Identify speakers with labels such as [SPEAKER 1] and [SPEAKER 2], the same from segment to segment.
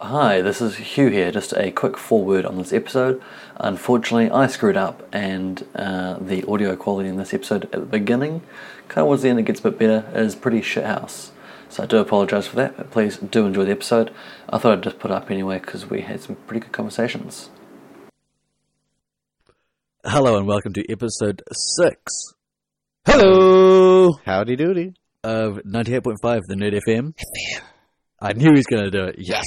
[SPEAKER 1] Hi, this is Hugh here. Just a quick foreword on this episode. Unfortunately, I screwed up, and uh, the audio quality in this episode at the beginning, kind of towards the end, it gets a bit better, is pretty shithouse. So I do apologise for that, but please do enjoy the episode. I thought I'd just put it up anyway because we had some pretty good conversations.
[SPEAKER 2] Hello and welcome to episode six
[SPEAKER 3] Hello. Howdy doody.
[SPEAKER 2] of 98.5 The Nerd FM. I knew he was going to do it. Yes.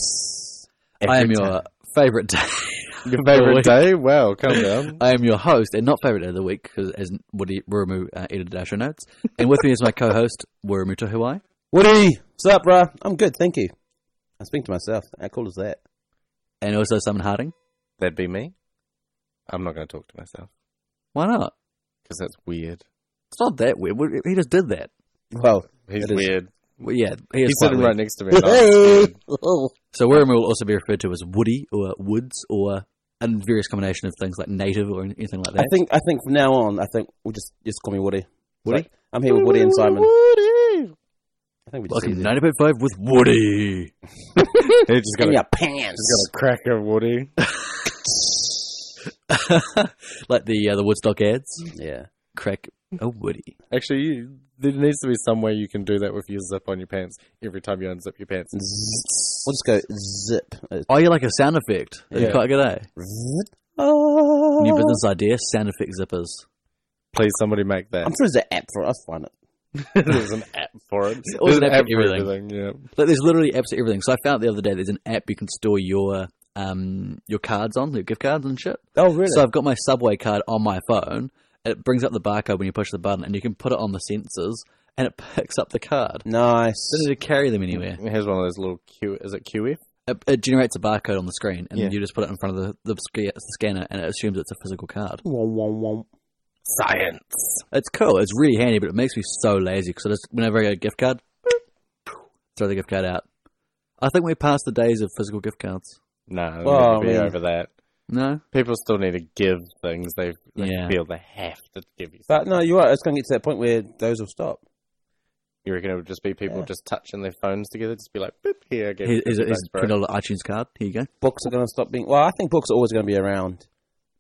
[SPEAKER 2] I am
[SPEAKER 3] Every
[SPEAKER 2] your favorite day.
[SPEAKER 3] Your
[SPEAKER 2] Week.
[SPEAKER 3] favorite day? Wow, calm down.
[SPEAKER 2] I am your host, and not favorite day of the week, because as Woody Wurimu uh, edited our show notes. And with me is my co host, Wurimu Tohuai.
[SPEAKER 3] Woody, what's up, bro? I'm good, thank you. I speak to myself. How cool is that?
[SPEAKER 2] And also Simon Harding.
[SPEAKER 4] That'd be me. I'm not going to talk to myself
[SPEAKER 2] Why not?
[SPEAKER 4] because that's weird.
[SPEAKER 2] It's not that weird. We- He just did that.
[SPEAKER 3] Well,
[SPEAKER 4] He's
[SPEAKER 3] It is.
[SPEAKER 4] weird.
[SPEAKER 2] Well, yeah, he is
[SPEAKER 4] He's
[SPEAKER 2] quite
[SPEAKER 4] sitting
[SPEAKER 2] weird.
[SPEAKER 4] right next to me. and I'm scared.
[SPEAKER 2] So Wurimu will also be referred to as Woody or Woods or a various combination of things like native or anything like
[SPEAKER 3] I
[SPEAKER 2] that.
[SPEAKER 3] think I think from now on, I think we'll just just call me Woody.
[SPEAKER 2] Woody?
[SPEAKER 3] Like, I'm here with Woody and Simon. I think we just
[SPEAKER 2] Welcome to
[SPEAKER 3] do that.
[SPEAKER 2] 90.5 with Woody.
[SPEAKER 4] He's just
[SPEAKER 3] in
[SPEAKER 4] going
[SPEAKER 3] your
[SPEAKER 4] to
[SPEAKER 3] pants.
[SPEAKER 4] crack a Woody.
[SPEAKER 2] like the uh, the Woodstock ads.
[SPEAKER 3] Yeah.
[SPEAKER 2] Crack a Woody.
[SPEAKER 4] Actually, you, there needs to be some way you can do that with your zip on your pants every time you unzip your pants.
[SPEAKER 3] Zzz. We'll just go zip. Uh,
[SPEAKER 2] Oh, you like a sound effect? That's
[SPEAKER 4] Yeah.
[SPEAKER 2] quite good, eh?
[SPEAKER 3] zip. Oh.
[SPEAKER 2] New business idea: sound effect zippers.
[SPEAKER 4] Please, somebody make that.
[SPEAKER 3] I'm sure there's an app for it. I'll find it.
[SPEAKER 4] There's an app for it.
[SPEAKER 2] always
[SPEAKER 4] There's
[SPEAKER 2] an app for
[SPEAKER 4] Yeah.
[SPEAKER 2] Like, there's literally apps for everything. So I found the other day there's an app you can store your um your cards on, your gift cards and shit.
[SPEAKER 3] Oh, really?
[SPEAKER 2] So I've got my Subway card on my phone. and It brings up the barcode when you push the button, and you can put it on the sensors, and it picks up the card.
[SPEAKER 3] nice.
[SPEAKER 2] Doesn't need to carry them anywhere.
[SPEAKER 4] It has one of those little Q. Is it QF?
[SPEAKER 2] It, it generates a barcode on the screen, and
[SPEAKER 4] Yeah.
[SPEAKER 2] you just put it in front of the, the sca- scanner, and it assumes it's a physical card.
[SPEAKER 3] Womp, womp, womp.
[SPEAKER 4] Science.
[SPEAKER 2] It's cool. It's really handy, but it makes me so lazy because I just whenever I get a gift card, throw the gift card out. I think we passed the days of physical gift cards.
[SPEAKER 4] No,
[SPEAKER 3] Well,
[SPEAKER 4] well, be
[SPEAKER 3] I mean-
[SPEAKER 4] over that.
[SPEAKER 2] No,
[SPEAKER 4] People still need to give things. They, they
[SPEAKER 2] Yeah.
[SPEAKER 4] feel they have to give you.
[SPEAKER 3] But no, you're right. It's going to get to that point where those will stop.
[SPEAKER 4] You reckon it would just be people
[SPEAKER 3] Yeah.
[SPEAKER 4] just touching their phones together, just be like, boop, here, get
[SPEAKER 2] here's, here's, here's a
[SPEAKER 4] Thanks,
[SPEAKER 2] twenty
[SPEAKER 4] bro.
[SPEAKER 2] dollar iTunes card. Here you go.
[SPEAKER 3] Books are going to stop being. Well, I think books are always going to be around,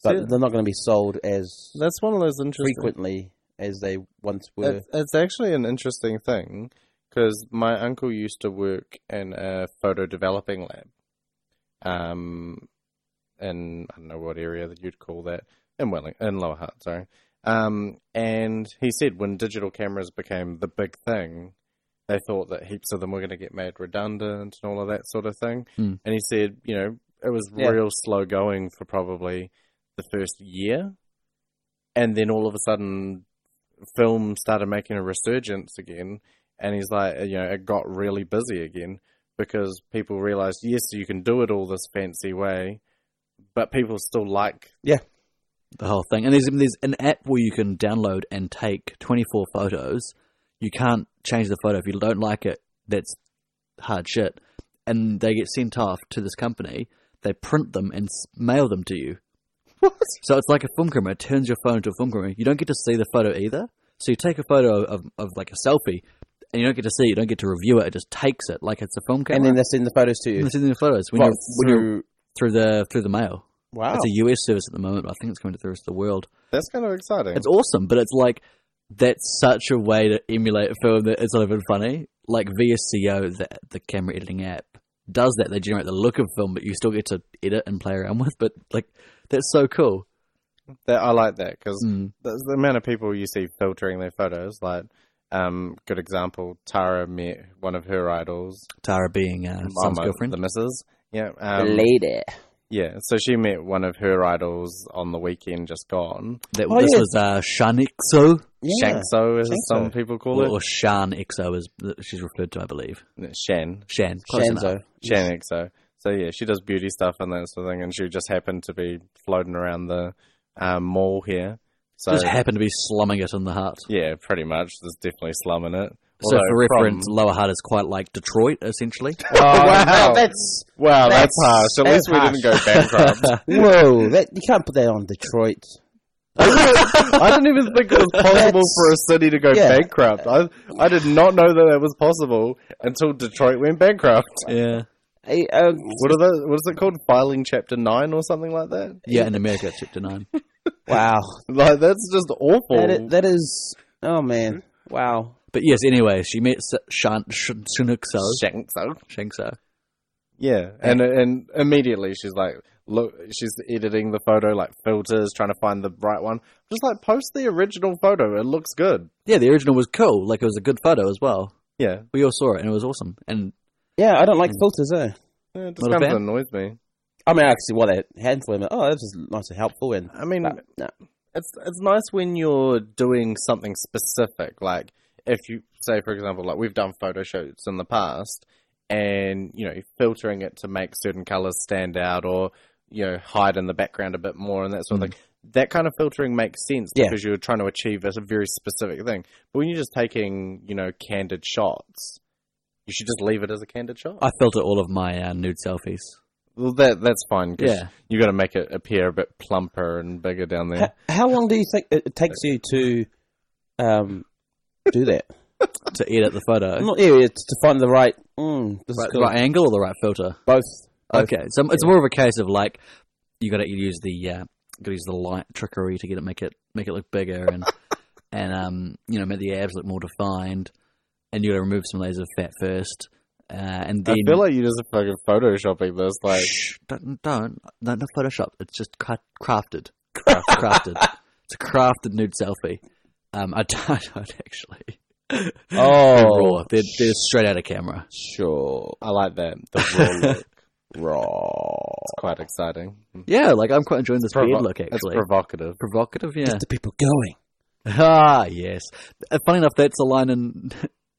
[SPEAKER 3] but
[SPEAKER 4] Yeah.
[SPEAKER 3] they're not going to be sold as
[SPEAKER 4] That's one of those interesting.
[SPEAKER 3] frequently as they once were.
[SPEAKER 4] It's, it's actually an interesting thing because my uncle used to work in a photo developing lab, um, in I don't know what area that you'd call that in Welling in Lower Hutt, sorry. Um, and he said when digital cameras became the big thing, they thought that heaps of them were going to get made redundant and all of that sort of thing.
[SPEAKER 2] Mm.
[SPEAKER 4] And he said, you know, it was
[SPEAKER 3] Yeah.
[SPEAKER 4] real slow going for probably the first year. And then all of a sudden, film started making a resurgence again. And he's like, you know, it got really busy again because people realized, yes, you can do it all this fancy way, but people still like.
[SPEAKER 2] The whole thing. And there's there's an app where you can download and take twenty four photos. You can't change the photo if you don't like it. That's hard shit. And they get sent off to this company. They print them and s- mail them to you. So it's like a film camera. It turns your phone into a film camera. You don't get to see the photo either. So you take a photo of, of like a selfie, and you don't get to see. it, You don't get to review it. It just takes it like it's a film camera.
[SPEAKER 3] and then they send the photos to you.
[SPEAKER 2] this is in the photos when
[SPEAKER 3] What, Oh.
[SPEAKER 2] you're when you're
[SPEAKER 3] through-
[SPEAKER 2] through the through the mail.
[SPEAKER 3] wow.
[SPEAKER 2] It's a US service at the moment, but I think it's going to the rest of the world.
[SPEAKER 4] That's kind of exciting.
[SPEAKER 2] It's awesome, but it's like that's such a way to emulate a film that it's not even funny. Like VSCO, the, the camera editing app, does that. They generate the look of film, but you still get to edit and play around with. But like, that's so cool.
[SPEAKER 4] That, I like that because
[SPEAKER 2] Mm.
[SPEAKER 4] the, the amount of people you see filtering their photos, like, um, good example, Tara met one of her idols,
[SPEAKER 2] Tara being uh, son's
[SPEAKER 4] Mama,
[SPEAKER 2] girlfriend.
[SPEAKER 4] the missus. Yeah,
[SPEAKER 3] The
[SPEAKER 4] um,
[SPEAKER 3] lady.
[SPEAKER 4] yeah. So she met one of her idols on the weekend just gone.
[SPEAKER 2] That,
[SPEAKER 3] Oh,
[SPEAKER 2] this
[SPEAKER 3] yeah.
[SPEAKER 2] was uh, Shan XO,
[SPEAKER 3] Yeah.
[SPEAKER 4] Shankso, as
[SPEAKER 3] Shankso.
[SPEAKER 4] some people call
[SPEAKER 2] or, or Shan XO is that she's referred to, I believe.
[SPEAKER 4] it. Shan,
[SPEAKER 2] Shan, close enough.
[SPEAKER 3] Shanzo.
[SPEAKER 4] Shan XO. So yeah, she does beauty stuff and that sort of thing, and she just happened to be floating around the um, mall here. So
[SPEAKER 2] Just happened to be slumming it in the heart.
[SPEAKER 4] yeah, pretty much. There's definitely slum in it.
[SPEAKER 2] So, for
[SPEAKER 4] Although from-
[SPEAKER 2] reference, Lower Hutt is quite like Detroit, essentially.
[SPEAKER 3] Oh,
[SPEAKER 4] wow.
[SPEAKER 3] That's
[SPEAKER 4] Wow,
[SPEAKER 3] That's-
[SPEAKER 4] that's, harsh. At
[SPEAKER 3] that's
[SPEAKER 4] least we didn't go bankrupt.
[SPEAKER 3] whoa. That, you can't put that on Detroit.
[SPEAKER 4] I didn't even think it was possible
[SPEAKER 3] That's-
[SPEAKER 4] for a city to go
[SPEAKER 3] yeah.
[SPEAKER 4] bankrupt. I I did not know that that was possible until Detroit went bankrupt.
[SPEAKER 2] yeah.
[SPEAKER 3] I, uh,
[SPEAKER 4] What are the? What is it called? Filing Chapter Nine or something like that?
[SPEAKER 2] Yeah, in America, chapter nine.
[SPEAKER 3] wow.
[SPEAKER 4] Like that's just awful.
[SPEAKER 3] That is, that is. Oh man. Wow.
[SPEAKER 2] But yes, anyway, she meets Shan Sh- Sunukso.
[SPEAKER 4] Shank, though.
[SPEAKER 2] Shankso.
[SPEAKER 4] Yeah, and and immediately she's like, look, she's editing the photo, like filters, trying to find the right one. Just like post the original photo; it looks good.
[SPEAKER 2] Yeah, the original was cool. Like it was a good photo as well.
[SPEAKER 4] Yeah,
[SPEAKER 2] We all saw it and it was awesome. And
[SPEAKER 3] Yeah, I don't like filters though.
[SPEAKER 4] Yeah, it just
[SPEAKER 2] Not a
[SPEAKER 4] kind of
[SPEAKER 2] fan?
[SPEAKER 4] annoys me.
[SPEAKER 3] I mean, I can see why they had for him. Oh, this is nice and helpful. And
[SPEAKER 4] I mean,
[SPEAKER 3] but, no.
[SPEAKER 4] it's it's nice when you're doing something specific. Like if you say, for example, like we've done photo shoots in the past, and you know, filtering it to make certain colors stand out or you know hide in the background a bit more and that sort of thing. That kind of filtering makes sense
[SPEAKER 3] Yeah.
[SPEAKER 4] because you're trying to achieve a very specific thing. But when you're just taking you know candid shots, you should just leave it as a candid shot.
[SPEAKER 2] I filter all of my uh, nude selfies.
[SPEAKER 4] well, that that's fine. 'cause
[SPEAKER 2] Yeah.
[SPEAKER 4] you got to make it appear a bit plumper and bigger down there.
[SPEAKER 3] H- how long do you think it it takes you to um do that?
[SPEAKER 2] to edit the photo.
[SPEAKER 3] I'm not yeah, it's to find the right. Mm, this
[SPEAKER 2] right,
[SPEAKER 3] is cool.
[SPEAKER 2] right angle or the right filter?
[SPEAKER 3] Both. both.
[SPEAKER 2] Okay, so it's more of a case of like you got to use the uh, got to use the light trickery to get it make it make it look bigger and and um you know make the abs look more defined, and you got to remove some layers of fat first, uh, and then
[SPEAKER 4] I feel like you just fucking photoshopping this. Like,
[SPEAKER 2] Shh, don't don't no, not Photoshop. It's just cra- crafted, crafted. It's a crafted nude selfie. Um, I don't, I don't actually.
[SPEAKER 3] Oh,
[SPEAKER 2] Raw. They're, they're straight out of camera.
[SPEAKER 3] sure.
[SPEAKER 4] I like that. The raw look. It's
[SPEAKER 3] Raw.
[SPEAKER 4] quite exciting.
[SPEAKER 2] Yeah, like I'm quite enjoying this
[SPEAKER 4] Provo-
[SPEAKER 2] beard look
[SPEAKER 4] it's
[SPEAKER 2] actually.
[SPEAKER 4] provocative.
[SPEAKER 2] provocative, yeah.
[SPEAKER 3] The people going.
[SPEAKER 2] Ah, yes. Uh, Funny enough, that's a line in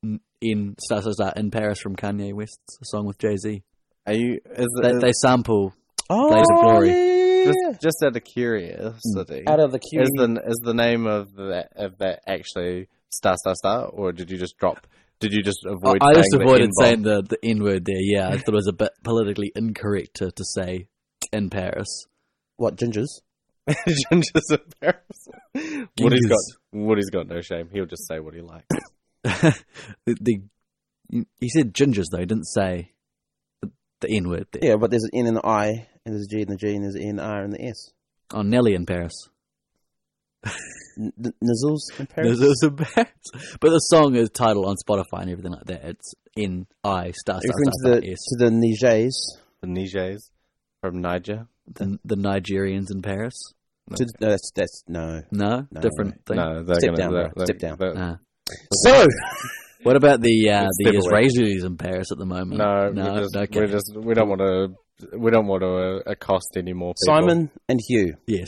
[SPEAKER 2] in Star Star Star in Paris from Kanye West's song with Jay Z.
[SPEAKER 4] Are you? Is
[SPEAKER 2] They,
[SPEAKER 4] it,
[SPEAKER 2] they sample.
[SPEAKER 3] Oh,
[SPEAKER 2] Blaze of glory.
[SPEAKER 3] Yeah.
[SPEAKER 4] just, just out of curiosity,
[SPEAKER 3] Out of the queue.
[SPEAKER 4] is the is the name of that of that actually star star star, or did you just drop? Did you just avoid?
[SPEAKER 2] I, I just
[SPEAKER 4] saying the
[SPEAKER 2] avoided
[SPEAKER 4] N-bomb?
[SPEAKER 2] saying the, the N word there, yeah. I thought it was a bit politically incorrect to, to say in Paris.
[SPEAKER 3] what gingers?
[SPEAKER 4] Ginger's embarrassing. Woody's
[SPEAKER 2] Gingers.
[SPEAKER 4] got Woody's got no shame. He'll just say what he likes.
[SPEAKER 2] the, the He said gingers, though. He didn't say the, the N word there.
[SPEAKER 3] Yeah, but there's an N and an I, and there's a G and the G, and there's an N, and R, and the S.
[SPEAKER 2] Oh, Nelly in Paris.
[SPEAKER 3] N- n- nizzles in Paris.
[SPEAKER 2] This is embarrassing. But the song is titled on Spotify and everything like that. It's N I Star Star
[SPEAKER 3] Are you referring
[SPEAKER 2] Star,
[SPEAKER 3] to the
[SPEAKER 2] Star S.
[SPEAKER 3] to the Nigers.
[SPEAKER 4] The Nijers from Niger.
[SPEAKER 2] the, the Nigerians in Paris?
[SPEAKER 3] To, no, that's that's no.
[SPEAKER 2] No,
[SPEAKER 3] No,
[SPEAKER 2] different thing.
[SPEAKER 4] No, they're
[SPEAKER 3] Step
[SPEAKER 4] gonna
[SPEAKER 3] down,
[SPEAKER 4] they're-
[SPEAKER 3] bro. Step
[SPEAKER 4] they're-
[SPEAKER 3] down.
[SPEAKER 4] they're-
[SPEAKER 2] Ah.
[SPEAKER 3] So
[SPEAKER 2] What about the uh,
[SPEAKER 4] It's
[SPEAKER 2] the
[SPEAKER 4] February.
[SPEAKER 2] Israelis in Paris at the moment?
[SPEAKER 4] No,
[SPEAKER 2] no,
[SPEAKER 4] we're, just,
[SPEAKER 2] okay.
[SPEAKER 4] we're just we don't want to we don't want to uh, accost any more people.
[SPEAKER 3] Simon and Hugh,
[SPEAKER 2] yes.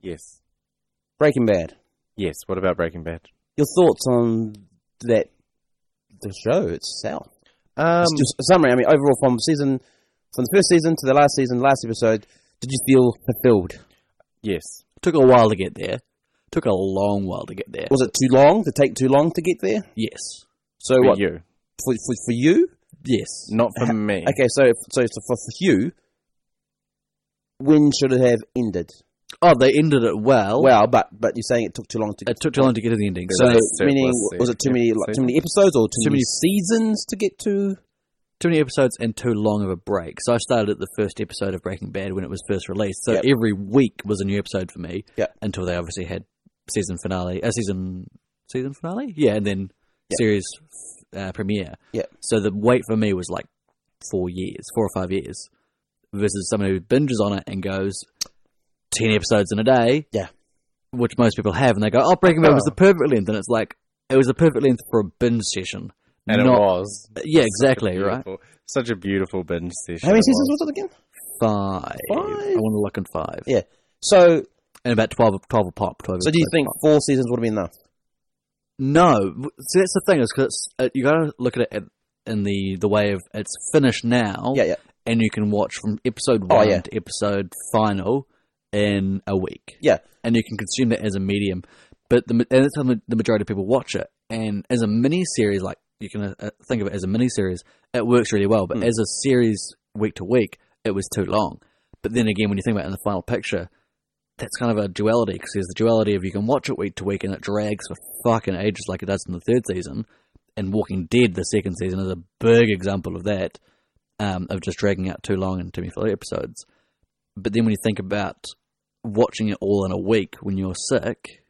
[SPEAKER 4] yes,
[SPEAKER 3] Breaking Bad.
[SPEAKER 4] yes. What about Breaking Bad?
[SPEAKER 3] Your thoughts on that the show itself?
[SPEAKER 4] Um,
[SPEAKER 3] It's just a summary. I mean, overall, from season from the first season to the last season, last episode, did you feel fulfilled?
[SPEAKER 4] yes,
[SPEAKER 2] Took a while to get there. Took a long while to get there.
[SPEAKER 3] Was it too long? Did it take too long to get there?
[SPEAKER 2] Yes.
[SPEAKER 3] So
[SPEAKER 4] for
[SPEAKER 3] what
[SPEAKER 4] you,
[SPEAKER 3] for, for for you?
[SPEAKER 2] Yes.
[SPEAKER 4] not for me.
[SPEAKER 3] Okay, so so, so for, for you, when should it have ended?
[SPEAKER 2] Oh, they ended it well.
[SPEAKER 3] Well, but but you're saying it took too long to.
[SPEAKER 2] it took too long to get to the ending.
[SPEAKER 3] So
[SPEAKER 2] Oh. So
[SPEAKER 4] That's surplus
[SPEAKER 3] meaning
[SPEAKER 4] season.
[SPEAKER 3] was it too many like, too many episodes or too, many, seasons to get to?
[SPEAKER 2] too many episodes and too long of a break. So I started at the first episode of Breaking Bad when it was first released. So
[SPEAKER 3] Yep.
[SPEAKER 2] every week was a new episode for me.
[SPEAKER 3] Yep.
[SPEAKER 2] Until they obviously had season finale, a season season finale, yeah, and then
[SPEAKER 3] Yep.
[SPEAKER 2] series uh, premiere.
[SPEAKER 3] Yep.
[SPEAKER 2] So the wait for me was like four years, four or five years, versus someone who binges on it and goes ten episodes in a day.
[SPEAKER 3] Yeah.
[SPEAKER 2] Which most people have, and they go, "Oh, Breaking Bad was the perfect length," and it's like it was the perfect length for a binge session.
[SPEAKER 4] and it
[SPEAKER 2] not-
[SPEAKER 4] was
[SPEAKER 2] yeah, exactly, right.
[SPEAKER 4] Beautiful- Such a beautiful binge session.
[SPEAKER 3] How many
[SPEAKER 4] it
[SPEAKER 3] seasons
[SPEAKER 4] was.
[SPEAKER 3] was it again?
[SPEAKER 2] five.
[SPEAKER 3] Five?
[SPEAKER 2] I want to look in five.
[SPEAKER 3] Yeah. So
[SPEAKER 2] And about 12, 12 a pop. 12
[SPEAKER 3] so do you
[SPEAKER 2] episodes.
[SPEAKER 3] think four seasons would have been enough?
[SPEAKER 2] No. See, that's the thing, is because uh, you got to look at it in- in the, the way of it's finished now,
[SPEAKER 3] Yeah, yeah.
[SPEAKER 2] and you can watch from episode
[SPEAKER 3] Oh,
[SPEAKER 2] one
[SPEAKER 3] yeah.
[SPEAKER 2] to episode final in a week.
[SPEAKER 3] Yeah.
[SPEAKER 2] And you can consume that as a medium. But the, ma- and that's how ma- the majority of people watch it. And as a mini series, like you can uh, uh, think of it as a mini series, it works really well. But
[SPEAKER 3] Mm.
[SPEAKER 2] as a series week to week, it was too long. But then again, when you think about it in the final picture, that's kind of a duality because there's the duality of you can watch it week to week and it drags for fucking ages like it does in the third season. And Walking Dead, the second season, is a big example of that. um, of just dragging out too long and too many filler episodes. But then when you think about watching it all in a week when you're sick,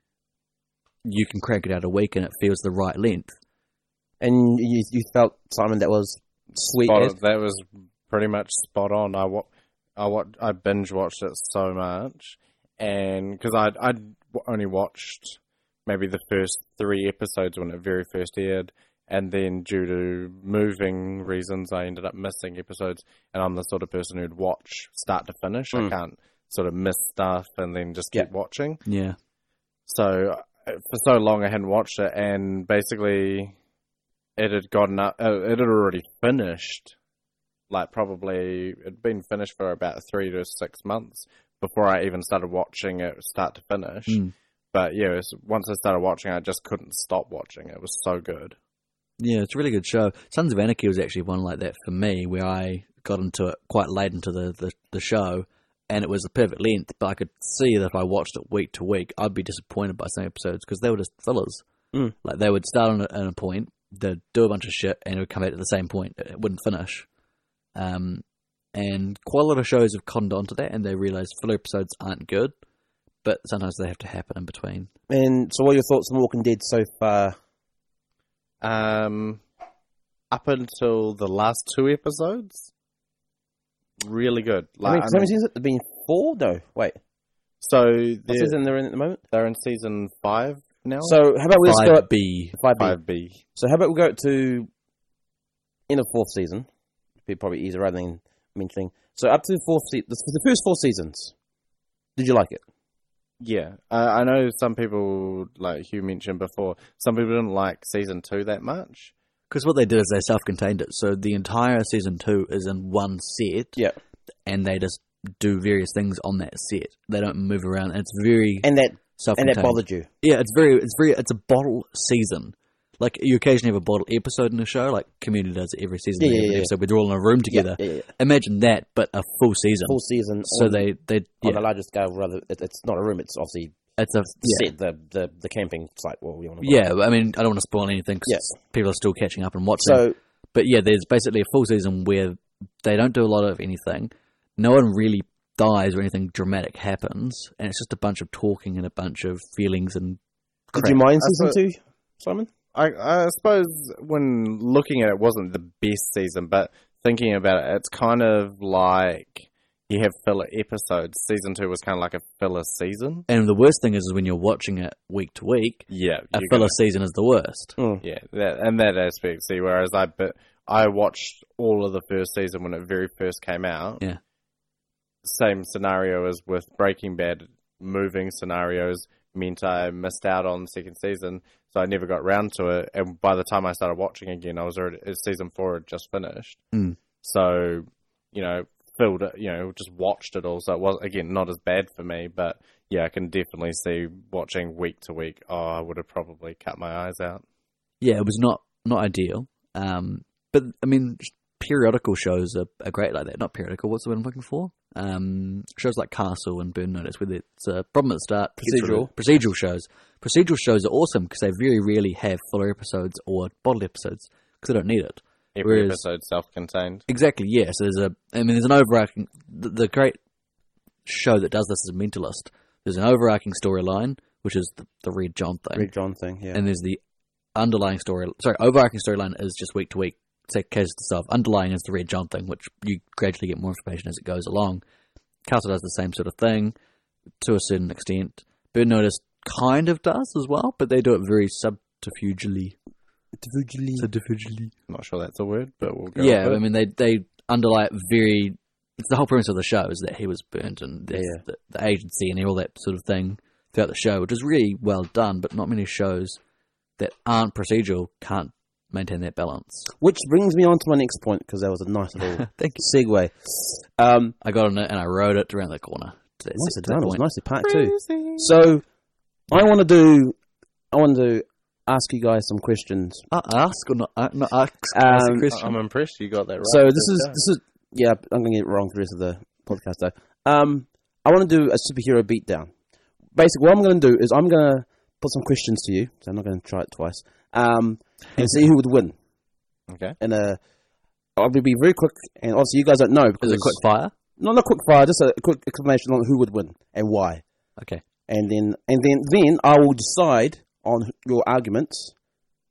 [SPEAKER 2] you can crank it out a week and it feels the right length.
[SPEAKER 3] And you, you felt Simon that was sweet.
[SPEAKER 4] Spot-
[SPEAKER 3] as-
[SPEAKER 4] that was pretty much spot on. I wa- I wa- I binge watched it so much, and because I I only watched maybe the first three episodes when it very first aired, and then due to moving reasons, I ended up missing episodes. And I'm the sort of person who'd watch start to finish.
[SPEAKER 3] Mm.
[SPEAKER 4] I can't sort of miss stuff and then just keep watching.
[SPEAKER 2] Yeah.
[SPEAKER 4] So uh, for so long, I hadn't watched it, and basically, it had gotten up. Uh, it had already finished. Like probably it'd been finished for about three to six months before I even started watching it start to finish.
[SPEAKER 3] Hmm.
[SPEAKER 2] Mm.
[SPEAKER 4] But yeah, it was, once I started watching, I just couldn't stop watching. It was so good.
[SPEAKER 2] Yeah, it's a really good show. Sons of Anarchy was actually one like that for me, where I got into it quite late into the, the, the show, and it was the perfect length, but I could see that if I watched it week to week, I'd be disappointed by some episodes because they were just fillers.
[SPEAKER 3] Mm.
[SPEAKER 2] Like, they would start on a, on a point, they'd do a bunch of shit, and it would come out at the same point. It wouldn't finish. Um, and quite a lot of shows have conned onto that, and they realize filler episodes aren't good, but sometimes they have to happen in between.
[SPEAKER 3] And so, what are your thoughts on Walking Dead so far?
[SPEAKER 4] Um, up until the last two episodes, really good.
[SPEAKER 3] I
[SPEAKER 4] Like,
[SPEAKER 3] mean,
[SPEAKER 4] I
[SPEAKER 3] how many
[SPEAKER 4] mean,
[SPEAKER 3] seasons? There've been four. No, wait.
[SPEAKER 4] so
[SPEAKER 3] What
[SPEAKER 4] they're,
[SPEAKER 3] season they're in at the moment?
[SPEAKER 4] they're in season five now.
[SPEAKER 3] So, how about we just go
[SPEAKER 2] Five
[SPEAKER 3] up
[SPEAKER 2] B.
[SPEAKER 3] five B?
[SPEAKER 4] five B.
[SPEAKER 3] So, how about we go to end of fourth season? Be probably easier rather than mentioning. So, up to the fourth, se- the, the first four seasons. Did you like it?
[SPEAKER 4] Yeah, I, I know some people, like Hugh mentioned before, some people didn't like season two that much.
[SPEAKER 2] Because what they did is they self-contained it, so the entire season two is in one set.
[SPEAKER 3] Yeah.
[SPEAKER 2] and they just do various things on that set. They don't move around. It's very
[SPEAKER 3] And that and
[SPEAKER 2] self-contained.
[SPEAKER 3] that bothered you?
[SPEAKER 2] yeah, it's very, it's very, it's a bottle season. Like you occasionally have a bottle episode in a show, like Community does it every season.
[SPEAKER 3] Yeah,
[SPEAKER 2] they have
[SPEAKER 3] yeah,
[SPEAKER 2] an
[SPEAKER 3] yeah.
[SPEAKER 2] episode where they're all in a room
[SPEAKER 3] Yeah,
[SPEAKER 2] together.
[SPEAKER 3] yeah, yeah.
[SPEAKER 2] Imagine that, but a full season.
[SPEAKER 3] Full season.
[SPEAKER 2] so
[SPEAKER 3] on,
[SPEAKER 2] they, they,
[SPEAKER 3] on
[SPEAKER 2] yeah,
[SPEAKER 3] a larger scale, rather it, it's not a room. It's obviously
[SPEAKER 2] it's a yeah.
[SPEAKER 3] set the, the the camping site. What we want to
[SPEAKER 2] Yeah, I mean, I don't want to spoil anything because
[SPEAKER 3] Yeah.
[SPEAKER 2] people are still catching up and watching.
[SPEAKER 3] So
[SPEAKER 2] But yeah, there's basically a full season where they don't do a lot of anything. No one really dies or anything dramatic happens, and it's just a bunch of talking and a bunch of feelings and.
[SPEAKER 3] Did
[SPEAKER 2] crap.
[SPEAKER 3] you mind
[SPEAKER 4] That's
[SPEAKER 3] season two, Simon?
[SPEAKER 4] I, I suppose when looking at it, it wasn't the best season, but thinking about it, it's kind of like you have filler episodes. Season two was kind of like a filler season.
[SPEAKER 2] And the worst thing is, is when you're watching it week to week,
[SPEAKER 4] Yeah,
[SPEAKER 2] a
[SPEAKER 4] you're
[SPEAKER 2] filler
[SPEAKER 4] gonna-
[SPEAKER 2] season is the worst.
[SPEAKER 4] Yeah, that, and that aspect. See, whereas I but I watched all of the first season when it very first came out.
[SPEAKER 2] Yeah.
[SPEAKER 4] Same scenario as with Breaking Bad. Moving scenarios meant I missed out on the second season, so I never got round to it. And by the time I started watching again, I was already uh, season four had just finished.
[SPEAKER 2] Mm.
[SPEAKER 4] So, you know, filled it. You know, just watched it all. So it was again not as bad for me, but yeah, I can definitely see watching week to week. Oh, I would have probably cut my eyes out.
[SPEAKER 2] Yeah, it was not not ideal. Um, but I mean, periodical shows are, are great like that. Not periodical. What's the word I'm looking for? Um, shows like Castle and Burn Notice, where it's a problem at the start.
[SPEAKER 3] Procedural.
[SPEAKER 2] procedural shows. Procedural shows are awesome because they very rarely have fuller episodes or bottle episodes because they don't need it.
[SPEAKER 4] Every
[SPEAKER 2] Whereas-
[SPEAKER 4] episode self-contained.
[SPEAKER 2] Exactly. Yeah. So there's a. I mean, there's an overarching. The, the great show that does this is Mentalist. There's an overarching storyline, which is the, the Red John thing
[SPEAKER 3] Greg John thing. Yeah.
[SPEAKER 2] and there's the underlying story. Sorry, overarching storyline is just week to week. It's a case of stuff. Underlying is the Red John thing, which you gradually get more information as it goes along. Castle does the same sort of thing to a certain extent. Bird Notice kind of does as well, but they do it very subterfugely. Subterfugely.
[SPEAKER 4] Not sure that's a word, but we'll go.
[SPEAKER 2] Yeah,
[SPEAKER 4] with it.
[SPEAKER 2] I mean they they underlie it very. It's the whole premise of the show is that he was burnt and there's
[SPEAKER 3] Yeah.
[SPEAKER 2] the, the agency and all that sort of thing throughout the show, which is really well done. But not many shows that aren't procedural can't maintain that balance.
[SPEAKER 3] Which brings me on to my next point because that was a nice little
[SPEAKER 2] Thank you.
[SPEAKER 3] segue. Um,
[SPEAKER 2] I got on it and I rode it around the corner. To that,
[SPEAKER 3] nicely
[SPEAKER 2] to that
[SPEAKER 3] done. It was
[SPEAKER 2] point.
[SPEAKER 3] nicely packed too. So I want to do. I want to ask you guys some questions.
[SPEAKER 2] Uh, ask or not, uh, not ask, ask a
[SPEAKER 3] Um,
[SPEAKER 2] question.
[SPEAKER 4] I'm impressed you got that right.
[SPEAKER 3] so this is
[SPEAKER 4] time.
[SPEAKER 3] this is yeah. I'm going to get it wrong for the rest of the podcast though. Um, I want to do a superhero beatdown. Basically, what I'm going to do is I'm going to put some questions to you. So I'm not going to try it twice. Um, and see who would win.
[SPEAKER 4] okay.
[SPEAKER 3] in a I will be very quick, and obviously you guys don't know
[SPEAKER 2] Is
[SPEAKER 3] because
[SPEAKER 2] it quick fire?
[SPEAKER 3] No, not quick fire. Just a quick explanation on who would win and why,
[SPEAKER 2] Okay.
[SPEAKER 3] and then and then then I will decide on your arguments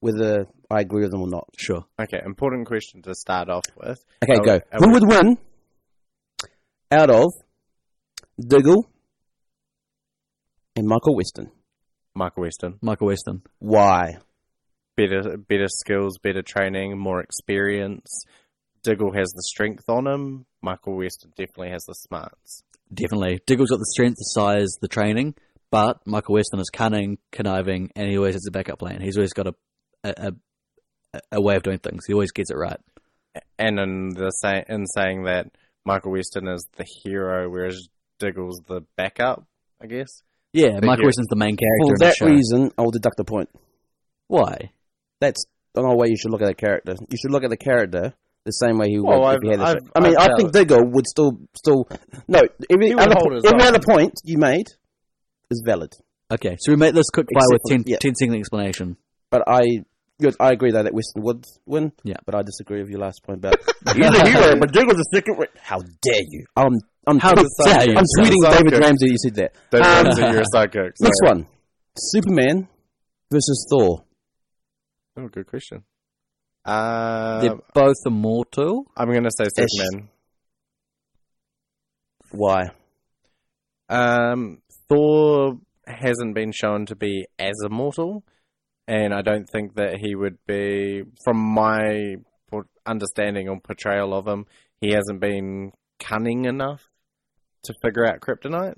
[SPEAKER 3] whether I agree with them or not.
[SPEAKER 2] Sure.
[SPEAKER 4] Okay, important question to start off with.
[SPEAKER 3] Okay,
[SPEAKER 4] Are-
[SPEAKER 3] go.
[SPEAKER 4] are
[SPEAKER 3] Who
[SPEAKER 4] we-
[SPEAKER 3] would win out of Diggle and Michael Weston?
[SPEAKER 4] Michael Weston.
[SPEAKER 2] Michael Weston.
[SPEAKER 3] Why?
[SPEAKER 4] Better better skills, better training, more experience. Diggle has the strength on him. Michael Weston definitely has the smarts.
[SPEAKER 2] Definitely. Diggle's got the strength, the size, the training, but Michael Weston is cunning, conniving, and he always has a backup plan. He's always got a a, a, a way of doing things. He always gets it right.
[SPEAKER 4] And in the say, in saying that Michael Weston is the hero, whereas Diggle's the backup, I guess.
[SPEAKER 2] Yeah, Michael
[SPEAKER 4] you.
[SPEAKER 2] Weston's the main character
[SPEAKER 3] For
[SPEAKER 2] in the
[SPEAKER 3] that
[SPEAKER 2] show.
[SPEAKER 3] reason, I will deduct a point.
[SPEAKER 2] Why?
[SPEAKER 3] That's another way you should look at a character. You should look at the character the same way he would
[SPEAKER 4] Well,
[SPEAKER 3] if
[SPEAKER 4] I've-
[SPEAKER 3] he had a
[SPEAKER 4] I've-
[SPEAKER 3] I mean,
[SPEAKER 4] I've
[SPEAKER 3] I think Diggle would still still no. Every,
[SPEAKER 4] He would
[SPEAKER 3] other,
[SPEAKER 4] hold
[SPEAKER 3] po-
[SPEAKER 4] his
[SPEAKER 3] every
[SPEAKER 4] own.
[SPEAKER 3] other point you made is valid.
[SPEAKER 2] Okay, so we make this quick fire with
[SPEAKER 3] Except for-
[SPEAKER 2] 10,
[SPEAKER 3] yeah.
[SPEAKER 2] 10 second explanation.
[SPEAKER 3] But I good, I agree though that Weston would win.
[SPEAKER 2] Yeah.
[SPEAKER 3] But I disagree with your last point about you're the hero, but Diggle's the second. ra- How dare you? I'm I'm
[SPEAKER 2] How dare you?
[SPEAKER 3] I'm tweeting
[SPEAKER 4] Sounds
[SPEAKER 3] David
[SPEAKER 4] good.
[SPEAKER 3] Ramsey. You said that.
[SPEAKER 4] Those
[SPEAKER 3] Um,
[SPEAKER 4] ones are your sidekicks.
[SPEAKER 3] Next one, Superman versus Thor.
[SPEAKER 4] Oh, good question. Um,
[SPEAKER 2] They're both immortal.
[SPEAKER 4] I'm going to say Superman.
[SPEAKER 3] Why?
[SPEAKER 4] Um, Thor hasn't been shown to be as immortal, and I don't think that he would be, from my por- understanding or portrayal of him, he hasn't been cunning enough to figure out kryptonite,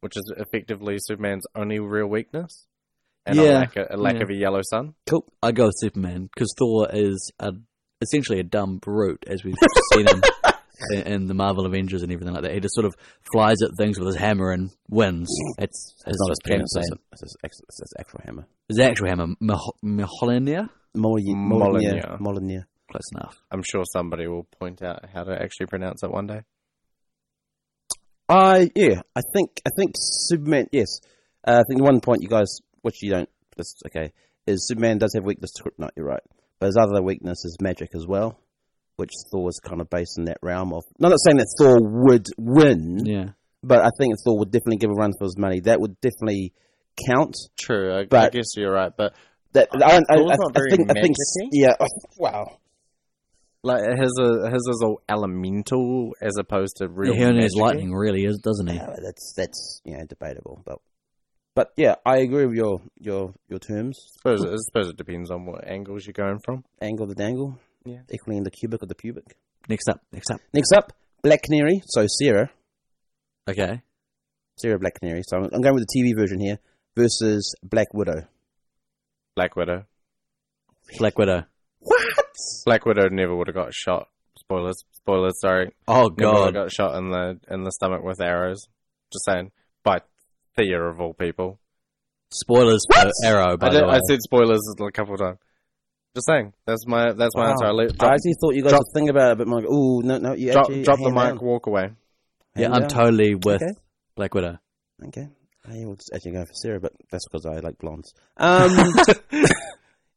[SPEAKER 4] which is effectively Superman's only real weakness, and a
[SPEAKER 2] Yeah.
[SPEAKER 4] lack, of, a lack
[SPEAKER 2] Yeah.
[SPEAKER 4] of a yellow sun.
[SPEAKER 2] Cool. I go with Superman because Thor is a, essentially a dumb brute, as we've seen him in, in the Marvel Avengers and everything like that. He just sort of flies at things with his hammer and wins. It's, it's
[SPEAKER 3] Not his
[SPEAKER 2] just
[SPEAKER 3] penis.
[SPEAKER 2] Superman.
[SPEAKER 3] It's his ex- it's his actual hammer.
[SPEAKER 2] His actual hammer, Mah- Mjolnir?
[SPEAKER 3] Molly- Molyneux.
[SPEAKER 4] Molyneux.
[SPEAKER 3] Molyneux.
[SPEAKER 2] Close enough.
[SPEAKER 4] I'm sure somebody will point out how to actually pronounce it one day.
[SPEAKER 3] I yeah, I think I think Superman. Yes, uh, I think the one point you guys, which you don't, that's okay, is Superman does have weakness to kryptonite. You're right, but his other weakness is magic as well, which Thor is kind of based in that realm of. Not that saying that Thor would win,
[SPEAKER 2] Yeah.
[SPEAKER 3] but I think Thor would definitely give a run for his money. That would definitely count.
[SPEAKER 4] True, I,
[SPEAKER 3] But-
[SPEAKER 4] guess you're right, but
[SPEAKER 3] That
[SPEAKER 4] Uh,
[SPEAKER 3] I, I, I,
[SPEAKER 4] Thor's not
[SPEAKER 3] I
[SPEAKER 4] very
[SPEAKER 3] think. I think.
[SPEAKER 4] magic-y.
[SPEAKER 3] Yeah. wow.
[SPEAKER 4] Like his, uh, his is all elemental as opposed to real.
[SPEAKER 2] he only has
[SPEAKER 4] magic-y.
[SPEAKER 2] lightning, really, is doesn't he?
[SPEAKER 3] Uh, that's that's you know debatable, but but yeah, I agree with your your your terms.
[SPEAKER 4] suppose, I suppose it depends on what angles you're going from.
[SPEAKER 3] angle of the dangle.
[SPEAKER 4] Yeah.
[SPEAKER 3] Equaling the cubic of the pubic.
[SPEAKER 2] Next up. Next up.
[SPEAKER 3] Next up, Black Canary. So Sarah,
[SPEAKER 2] Okay.
[SPEAKER 3] Sarah Black Canary. So I'm, I'm going with the TV version here versus Black Widow.
[SPEAKER 4] Black Widow.
[SPEAKER 2] Black Widow.
[SPEAKER 3] What?
[SPEAKER 4] Black Widow never would have got shot. Spoilers. Spoilers. Sorry.
[SPEAKER 2] Oh,
[SPEAKER 4] Never would have
[SPEAKER 2] God.
[SPEAKER 4] got shot in the in the stomach with arrows. Just saying. By Thea of all people.
[SPEAKER 2] Spoilers for Arrow, by
[SPEAKER 4] I,
[SPEAKER 2] the
[SPEAKER 4] did,
[SPEAKER 2] way.
[SPEAKER 4] I said spoilers a couple of times. Just saying. That's my that's my
[SPEAKER 3] Wow.
[SPEAKER 4] answer. I let,
[SPEAKER 3] I
[SPEAKER 4] drop,
[SPEAKER 3] actually thought you guys
[SPEAKER 4] drop-
[SPEAKER 3] would think about it a bit more. Oh no, no, you
[SPEAKER 4] drop,
[SPEAKER 3] actually
[SPEAKER 4] drop the
[SPEAKER 3] hand
[SPEAKER 4] mic.
[SPEAKER 3] down.
[SPEAKER 4] Walk away.
[SPEAKER 2] yeah,
[SPEAKER 3] Hand
[SPEAKER 2] I'm
[SPEAKER 3] down.
[SPEAKER 2] totally with
[SPEAKER 3] Okay.
[SPEAKER 2] Black Widow.
[SPEAKER 3] Okay, I will just actually go for Sarah, but that's because I like blondes. Um,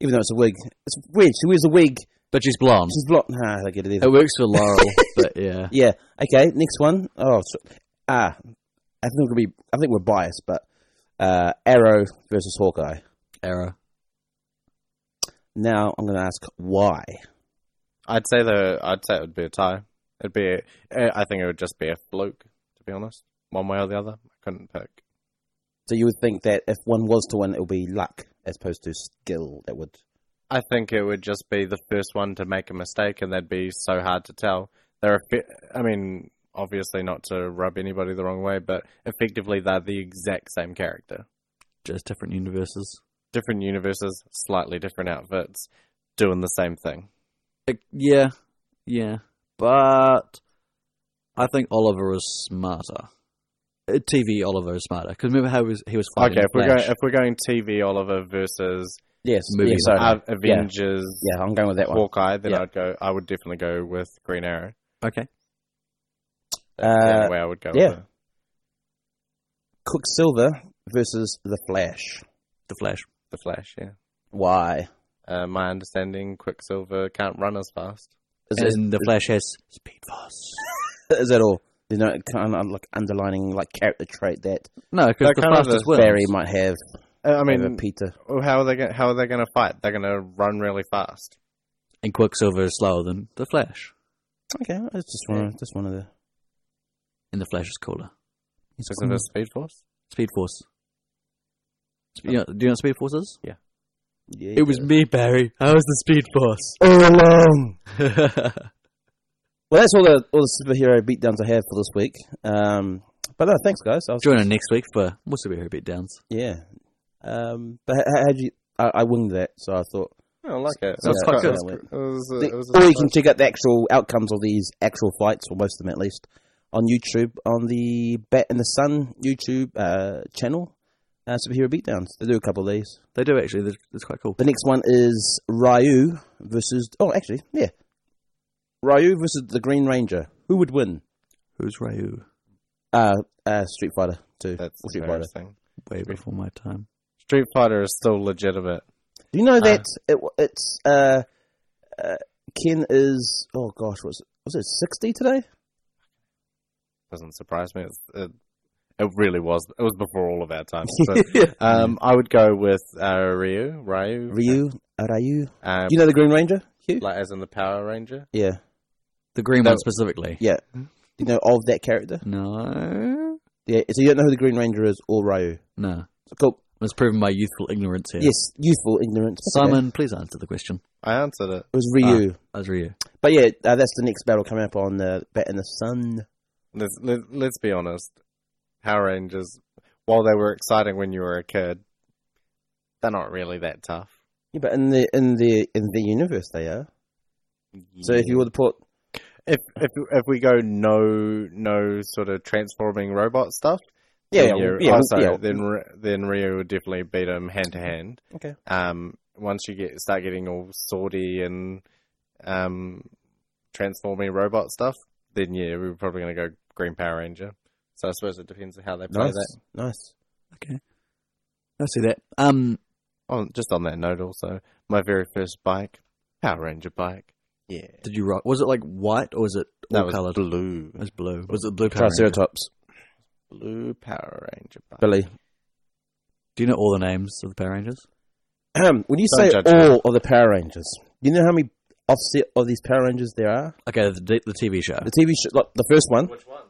[SPEAKER 3] even though it's a wig, it's weird. She wears a wig.
[SPEAKER 2] But she's
[SPEAKER 4] Um,
[SPEAKER 2] blonde.
[SPEAKER 3] She's blonde. Nah, I don't get it either.
[SPEAKER 2] It works for Laurel, but yeah.
[SPEAKER 3] Yeah. Okay. Next one. Oh, so, ah, I think we'll be. I think we're biased, but uh, Arrow versus Hawkeye.
[SPEAKER 2] Arrow.
[SPEAKER 3] Now I'm going to ask why.
[SPEAKER 4] I'd say the I'd say it would be a tie. It'd be. A, I think it would just be a fluke. To be honest, one way or the other, I couldn't pick.
[SPEAKER 3] So you would think that if one was to win, it would be luck as opposed to skill. That would.
[SPEAKER 4] I think it would just be the first one to make a mistake, and that'd be so hard to tell. They're, effe- I mean, obviously not to rub anybody the wrong way, but effectively they're the exact same character,
[SPEAKER 2] Just different universes.
[SPEAKER 4] different universes, slightly different outfits, doing the same thing.
[SPEAKER 2] Like, yeah, yeah, but I think Oliver is smarter. Uh, TV Oliver is smarter because remember how he was, he was fighting.
[SPEAKER 4] okay, if we're going
[SPEAKER 2] Flash?
[SPEAKER 4] if we're going TV Oliver versus
[SPEAKER 3] Yes.
[SPEAKER 2] Movie.
[SPEAKER 3] Yeah, sorry.
[SPEAKER 4] uh, Avengers
[SPEAKER 3] yeah, I'm going with that one.
[SPEAKER 4] Hawkeye, then
[SPEAKER 3] Yeah.
[SPEAKER 4] I'd go. I would definitely go with Green Arrow.
[SPEAKER 2] okay,
[SPEAKER 4] Yeah,
[SPEAKER 3] Uh,
[SPEAKER 4] way I would go.
[SPEAKER 3] yeah.
[SPEAKER 4] With it.
[SPEAKER 3] Quicksilver versus the Flash.
[SPEAKER 2] the Flash.
[SPEAKER 4] the Flash. Yeah.
[SPEAKER 3] Why?
[SPEAKER 4] Uh, my understanding, Quicksilver can't run as fast.
[SPEAKER 3] Is it-
[SPEAKER 2] and the Flash has speed force.
[SPEAKER 3] is that all? You know, kind of like underlining like character trait that
[SPEAKER 2] No, because
[SPEAKER 4] They're
[SPEAKER 2] the
[SPEAKER 4] kind of
[SPEAKER 2] fastest
[SPEAKER 4] the
[SPEAKER 2] wins.
[SPEAKER 3] Barry might have.
[SPEAKER 4] Uh, I
[SPEAKER 3] over
[SPEAKER 4] mean,
[SPEAKER 3] Peter.
[SPEAKER 4] how are they? Gonna, how are they going to fight? They're going to run really fast.
[SPEAKER 2] and Quicksilver is slower than the Flash,
[SPEAKER 3] Okay, it's just one. Of, just one of the.
[SPEAKER 2] and the Flash is cooler. He's
[SPEAKER 4] Because of
[SPEAKER 2] cool.
[SPEAKER 4] his speed force.
[SPEAKER 2] Speed Force. You know, do you know what Speed Force is?
[SPEAKER 3] Yeah,
[SPEAKER 2] It was me, Barry. I was the Speed Force.
[SPEAKER 3] all along. Well, that's all the all the superhero beatdowns I have for this week. Um, but no, thanks guys. I was,
[SPEAKER 2] Join us next week for more superhero beatdowns.
[SPEAKER 3] yeah. Um, but how, how do you? I, I winged that, so I thought.
[SPEAKER 4] Oh, I like it.
[SPEAKER 3] So
[SPEAKER 2] it's quite
[SPEAKER 4] It
[SPEAKER 2] good.
[SPEAKER 4] was, it was, a- it was a
[SPEAKER 3] or you can
[SPEAKER 4] surprise.
[SPEAKER 3] check out the actual outcomes of these actual fights, or most of them at least, on YouTube on the Bat and the Sun YouTube uh, channel. Uh, superhero beatdowns. They do a couple of these.
[SPEAKER 2] They do actually. That's- That's quite cool.
[SPEAKER 3] The next one is Ryu versus. Oh, actually, yeah. Ryu versus the Green Ranger. Who would win?
[SPEAKER 2] Who's Ryu?
[SPEAKER 3] Uh, uh Street Fighter Two.
[SPEAKER 4] That's
[SPEAKER 3] Or Street Fighter.
[SPEAKER 4] interesting.
[SPEAKER 2] Way before my time.
[SPEAKER 4] Street Fighter is still legitimate.
[SPEAKER 3] Do you know that it, it's uh, uh, Ken is? Oh gosh, was was it sixty today?
[SPEAKER 4] Doesn't surprise me. It's, it, it really was. It was before all of our time. But, um, I would go with uh, Ryu. Ryu.
[SPEAKER 3] Ryu, uh, Ryu.
[SPEAKER 4] Um,
[SPEAKER 3] Do you know the Green Ranger? Hugh?
[SPEAKER 4] like as in the Power Ranger.
[SPEAKER 3] yeah,
[SPEAKER 2] The green
[SPEAKER 3] No.
[SPEAKER 2] one specifically.
[SPEAKER 3] yeah. Do you know of that character?
[SPEAKER 2] No.
[SPEAKER 3] Yeah. So you don't know who the Green Ranger is or Ryu?
[SPEAKER 2] No.
[SPEAKER 3] Cool.
[SPEAKER 2] Was proven by youthful ignorance here.
[SPEAKER 3] Yes, youthful ignorance. That's okay.
[SPEAKER 2] Simon, please answer the question.
[SPEAKER 4] I answered it.
[SPEAKER 3] It was Ryu.
[SPEAKER 2] As Ryu.
[SPEAKER 3] But yeah, uh, that's the next battle coming up on the Bet in the Sun.
[SPEAKER 4] Let's let, let's be honest. Power Rangers, while they were exciting when you were a kid, they're not really that tough.
[SPEAKER 3] Yeah, but in the in the in the universe they are. So if you were to put
[SPEAKER 4] if if if we go no no sort of transforming robot stuff,
[SPEAKER 3] yeah
[SPEAKER 4] then
[SPEAKER 3] yeah,
[SPEAKER 4] you're-
[SPEAKER 3] yeah,
[SPEAKER 4] oh, sorry,
[SPEAKER 3] yeah.
[SPEAKER 4] then Ri- then Rio would definitely beat him hand to hand.
[SPEAKER 3] okay
[SPEAKER 4] Um, once you get start getting all swordy and um, transforming robot stuff, then yeah, we were probably gonna go Green Power Ranger. So I suppose it depends on how they play
[SPEAKER 3] nice
[SPEAKER 4] that.
[SPEAKER 3] nice
[SPEAKER 2] I see that. Um,
[SPEAKER 4] Oh, just on that note, also my very first bike, Power Ranger bike. Yeah,
[SPEAKER 2] did you rock? Was it like white or was it all
[SPEAKER 4] that was
[SPEAKER 2] coloured?
[SPEAKER 4] blue,
[SPEAKER 2] It was blue. Was it blue Power Ranger?
[SPEAKER 3] Triceratops
[SPEAKER 4] blue Power Ranger bike.
[SPEAKER 3] Billy.
[SPEAKER 2] Do you know all the names of the Power Rangers?
[SPEAKER 3] Ahem, when you
[SPEAKER 4] Don't
[SPEAKER 3] say
[SPEAKER 4] judge me.
[SPEAKER 3] all of the Power Rangers, you know how many offset of these Power Rangers there are?
[SPEAKER 2] Okay, the, the TV show.
[SPEAKER 3] The TV show, like the first one,
[SPEAKER 4] Which one?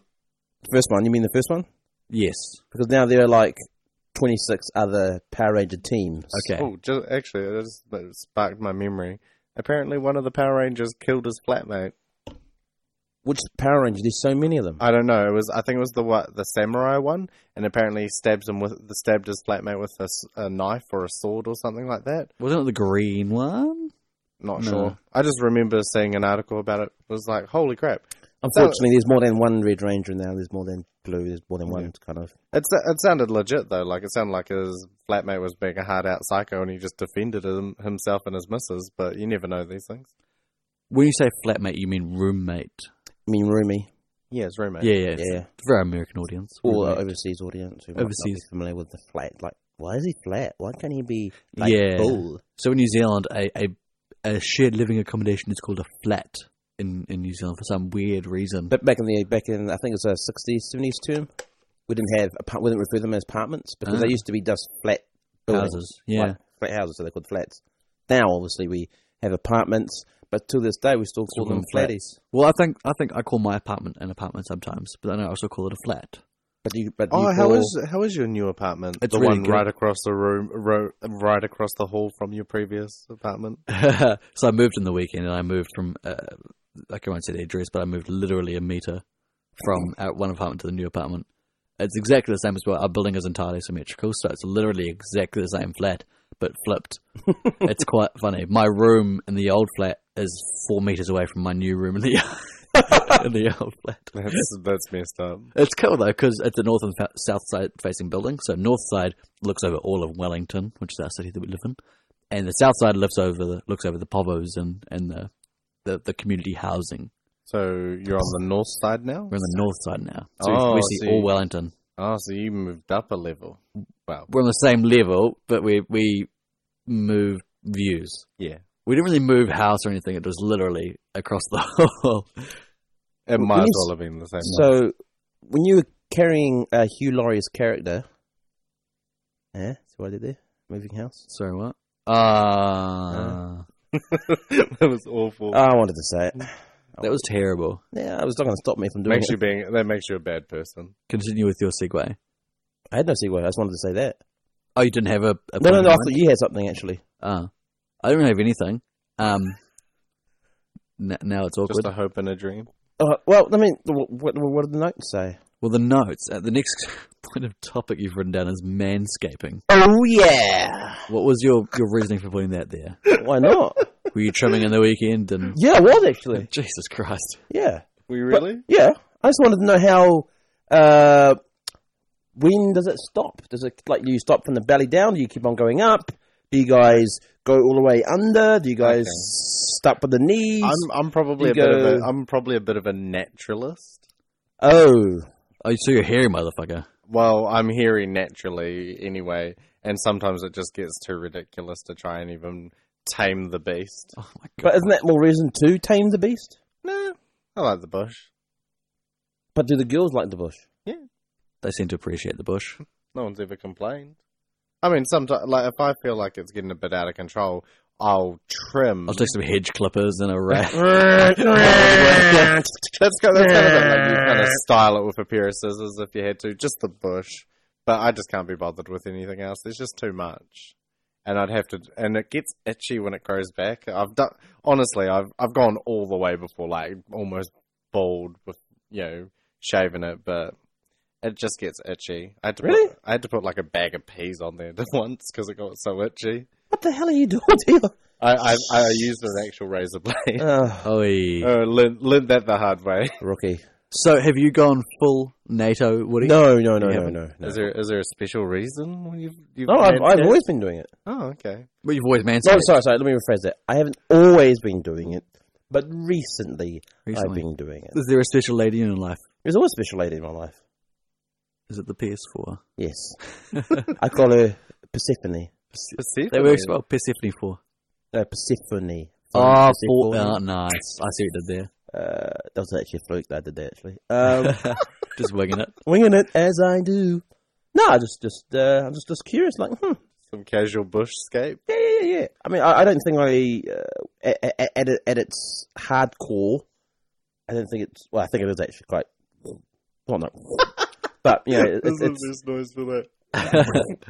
[SPEAKER 3] the first one. You mean the first one?
[SPEAKER 2] Yes.
[SPEAKER 3] Because now there are like twenty six other Power Ranger teams.
[SPEAKER 2] Okay.
[SPEAKER 4] Oh, just actually, that just that sparked my memory. Apparently, one of the Power Rangers killed his flatmate.
[SPEAKER 3] Which Power Ranger? There's so many of them.
[SPEAKER 4] I don't know. It was I think it was the what the samurai one, and apparently he stabs him with the stabbed his flatmate with a, s- a knife or a sword or something like that.
[SPEAKER 2] Wasn't it the green one?
[SPEAKER 4] Not
[SPEAKER 2] No.
[SPEAKER 4] sure. I just remember seeing an article about it. It was like, holy crap!
[SPEAKER 3] Unfortunately, there's more than one Red Ranger now. There's more than blue. There's more than one kind of.
[SPEAKER 4] It s- it sounded legit though. Like it sounded like his flatmate was being a hard out psycho, and he just defended him, himself and his missus. But you never know these things.
[SPEAKER 2] When you say flatmate, you mean roommate.
[SPEAKER 3] I mean, Rumi.
[SPEAKER 4] Yeah, his roommate.
[SPEAKER 2] Yeah, yeah. it's
[SPEAKER 3] Yeah.
[SPEAKER 2] For our American audience.
[SPEAKER 3] Or
[SPEAKER 2] roommate.
[SPEAKER 3] overseas audience who might not be
[SPEAKER 2] Overseas.
[SPEAKER 3] familiar with the flat. Like, why is he flat? Why can't he be like
[SPEAKER 2] Yeah.
[SPEAKER 3] bull?
[SPEAKER 2] So in New Zealand, a, a, a shared living accommodation is called a flat in, in New Zealand for some weird reason.
[SPEAKER 3] But back in the back in I think it was a sixties, seventies term, we didn't have apart- we didn't refer to them as apartments because they
[SPEAKER 2] Ah.
[SPEAKER 3] used to be just flat buildings,
[SPEAKER 2] Houses, yeah.
[SPEAKER 3] like flat houses, so they're called flats. Now, obviously, we have apartments, but to this day, we still call
[SPEAKER 2] Still
[SPEAKER 3] them
[SPEAKER 2] call them
[SPEAKER 3] flatties.
[SPEAKER 2] well, I think I think I call my apartment an apartment sometimes, but then I also call it a flat.
[SPEAKER 3] But you, but
[SPEAKER 4] Oh,
[SPEAKER 3] you
[SPEAKER 4] how
[SPEAKER 3] all-
[SPEAKER 4] is how is your new apartment?
[SPEAKER 2] It's
[SPEAKER 4] the
[SPEAKER 2] really
[SPEAKER 4] one
[SPEAKER 2] good.
[SPEAKER 4] right across the room, ro- right across the hall from your previous apartment.
[SPEAKER 2] so I moved in the weekend, and I moved from uh, like I won't say the address, but I moved literally a meter from uh, one apartment to the new apartment. It's exactly the same as well. Our building is entirely symmetrical, so it's literally exactly the same flat but flipped. it's quite funny. My room in the old flat is four meters away from my new room in the in the old flat.
[SPEAKER 4] That's that's messed up.
[SPEAKER 2] It's cool though because it's a north and fa- south side facing building. So north side looks over all of Wellington, which is our city that we live in, and the south side looks over the looks over the povos and and the the, the community housing.
[SPEAKER 4] So you're on the north side now.
[SPEAKER 2] We're on the north side now, so
[SPEAKER 4] Oh,
[SPEAKER 2] we
[SPEAKER 4] I
[SPEAKER 2] see
[SPEAKER 4] see.
[SPEAKER 2] all Wellington.
[SPEAKER 4] Oh, so you moved up a level. Well,
[SPEAKER 2] We're on the same level, but we we move views.
[SPEAKER 4] yeah,
[SPEAKER 2] We didn't really move house or anything. It was literally across the hall.
[SPEAKER 4] It
[SPEAKER 3] Well,
[SPEAKER 4] might
[SPEAKER 3] when
[SPEAKER 4] as
[SPEAKER 3] you
[SPEAKER 4] well have been the same. one.
[SPEAKER 3] So, when you were carrying uh, Hugh Laurie's character, yeah, see what I did there? Moving house.
[SPEAKER 2] Sorry, what? Uh,
[SPEAKER 4] that was
[SPEAKER 2] Oh.
[SPEAKER 4] awful.
[SPEAKER 3] I wanted to say it.
[SPEAKER 4] Mm.
[SPEAKER 2] that was terrible.
[SPEAKER 3] Yeah, it was not going to stop me from doing
[SPEAKER 4] makes
[SPEAKER 3] it.
[SPEAKER 4] you being that makes you a bad person.
[SPEAKER 2] Continue with your segue.
[SPEAKER 3] I had no segue. I just wanted to say that.
[SPEAKER 2] Oh, you didn't have a, a
[SPEAKER 3] No, no, no. I
[SPEAKER 2] point?
[SPEAKER 3] thought you had something actually.
[SPEAKER 2] Ah, I don't really have anything. Um, n- now it's awkward.
[SPEAKER 4] Just a hope and a dream.
[SPEAKER 3] Oh, well, I mean, what, what, what did the notes say?
[SPEAKER 2] well, the notes. Uh, the next point of topic you've written down is manscaping.
[SPEAKER 3] Oh yeah,
[SPEAKER 2] What was your, your reasoning for putting that there?
[SPEAKER 3] why not?
[SPEAKER 2] Were you trimming in the weekend? And
[SPEAKER 3] yeah, I was actually.
[SPEAKER 2] Jesus Christ,
[SPEAKER 3] Yeah,
[SPEAKER 4] We really?
[SPEAKER 3] yeah. I just wanted to know how. Uh, when does it stop? Does it like do you stop from the belly down? Do you keep on going up? Do you guys go all the way under? Do you guys
[SPEAKER 4] Okay.
[SPEAKER 3] stop with the knees?
[SPEAKER 4] I'm I'm probably a
[SPEAKER 3] You
[SPEAKER 4] bit of
[SPEAKER 3] go-
[SPEAKER 4] a I'm probably a bit of a naturalist.
[SPEAKER 3] Oh,
[SPEAKER 2] oh, so you're a hairy motherfucker.
[SPEAKER 4] Well, I'm hairy naturally anyway, and sometimes it just gets too ridiculous to try and even tame the beast.
[SPEAKER 2] Oh my god!
[SPEAKER 3] but isn't that more reason to tame the beast?
[SPEAKER 4] Nah, I like the bush.
[SPEAKER 3] But do the girls like the bush?
[SPEAKER 2] they seem to appreciate the bush.
[SPEAKER 4] No one's ever complained. I mean, sometimes like if I feel like it's getting a bit out of control, I'll trim.
[SPEAKER 2] I'll take some hedge clippers and a rat.
[SPEAKER 4] that's kind of, that's kind of it, like you kind of style it with a pair of scissors if you had to, just the bush. But I just can't be bothered with anything else. There's just too much, and I'd have to, and it gets itchy when it grows back. I've done honestly, I've I've gone all the way before, like almost bald with you know shaving it, but it just gets itchy. I had to
[SPEAKER 3] Really?
[SPEAKER 4] put, I had to put like a bag of peas on there once because it got so itchy.
[SPEAKER 3] What the hell are you doing to your
[SPEAKER 4] I I, I used an actual razor blade.
[SPEAKER 3] Oh,
[SPEAKER 2] Oi.
[SPEAKER 4] Uh, learned, learned that the hard way.
[SPEAKER 3] rookie?
[SPEAKER 2] So have you gone full NATO, Woody?
[SPEAKER 3] No, no, no,
[SPEAKER 2] You
[SPEAKER 3] no,
[SPEAKER 2] haven't?
[SPEAKER 3] no. No,
[SPEAKER 4] Is there is there a special reason when you've, you've
[SPEAKER 3] no I've,
[SPEAKER 4] had
[SPEAKER 3] I've
[SPEAKER 4] kids?
[SPEAKER 3] always been doing it.
[SPEAKER 4] oh okay
[SPEAKER 2] But you've always
[SPEAKER 3] No,
[SPEAKER 2] manscaped
[SPEAKER 3] sorry, sorry. Let me rephrase that. I haven't always been doing it, but recently, I've
[SPEAKER 2] recently.
[SPEAKER 3] been doing it.
[SPEAKER 2] Is there a special lady in your life?
[SPEAKER 3] There's always a special lady in my life.
[SPEAKER 2] Is it the PS4?
[SPEAKER 3] Yes, I call her Persephone.
[SPEAKER 2] That
[SPEAKER 4] Persephone.
[SPEAKER 2] works well. Persephone 4.
[SPEAKER 3] No, Persephone.
[SPEAKER 2] Oh, four.
[SPEAKER 3] Persephone.
[SPEAKER 2] Oh, nice. I see what you did
[SPEAKER 3] Uh, that was actually a fluke that I did that actually. Um,
[SPEAKER 2] there. Just winging it.
[SPEAKER 3] winging it as I do. No, I just, just, uh, I'm just, just curious. Like, hmm,
[SPEAKER 4] some casual bushscape.
[SPEAKER 3] yeah, yeah, yeah, yeah. I mean, I, I don't think I, uh, at, at, at, at its hardcore, I don't think it's. Well, I think it is actually quite. Well, no, but you know, it, it's, it's
[SPEAKER 4] best noise for that.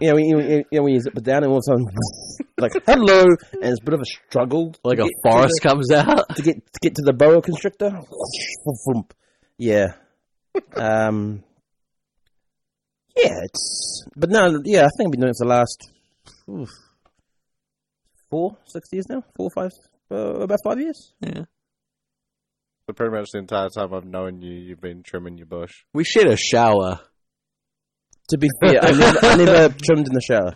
[SPEAKER 3] you know, when you, you know, when you zip it down and all of a sudden, like hello, and it's a bit of a struggle
[SPEAKER 2] Like
[SPEAKER 3] to
[SPEAKER 2] a
[SPEAKER 3] get to
[SPEAKER 2] forest comes out.
[SPEAKER 3] the- to get to get to the boa constrictor. Yeah, um, yeah, it's but no, yeah, I think I've been doing it for the last oof, four, six years now, four, five, uh, about five years.
[SPEAKER 2] Yeah.
[SPEAKER 4] So pretty much the entire time I've known you, you've been trimming your bush.
[SPEAKER 2] We shared a shower.
[SPEAKER 3] To be fair, I never, I never trimmed in the shower.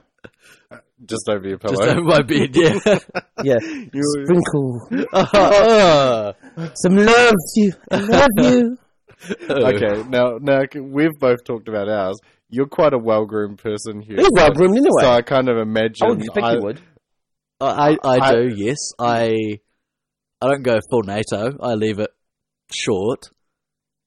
[SPEAKER 4] Just over your
[SPEAKER 2] Just
[SPEAKER 4] pillow.
[SPEAKER 2] over my bed, yeah.
[SPEAKER 3] Yeah,
[SPEAKER 4] You-
[SPEAKER 3] sprinkle
[SPEAKER 2] Oh,
[SPEAKER 3] some love to you. I love you.
[SPEAKER 4] okay, now now c- we've both talked about ours. You're quite a well groomed person here.
[SPEAKER 3] You're well groomed anyway.
[SPEAKER 4] So I kind of imagine
[SPEAKER 3] I would expect you would.
[SPEAKER 2] I, I, I
[SPEAKER 4] I-
[SPEAKER 2] do, yes. I I don't go full NATO. I leave it short,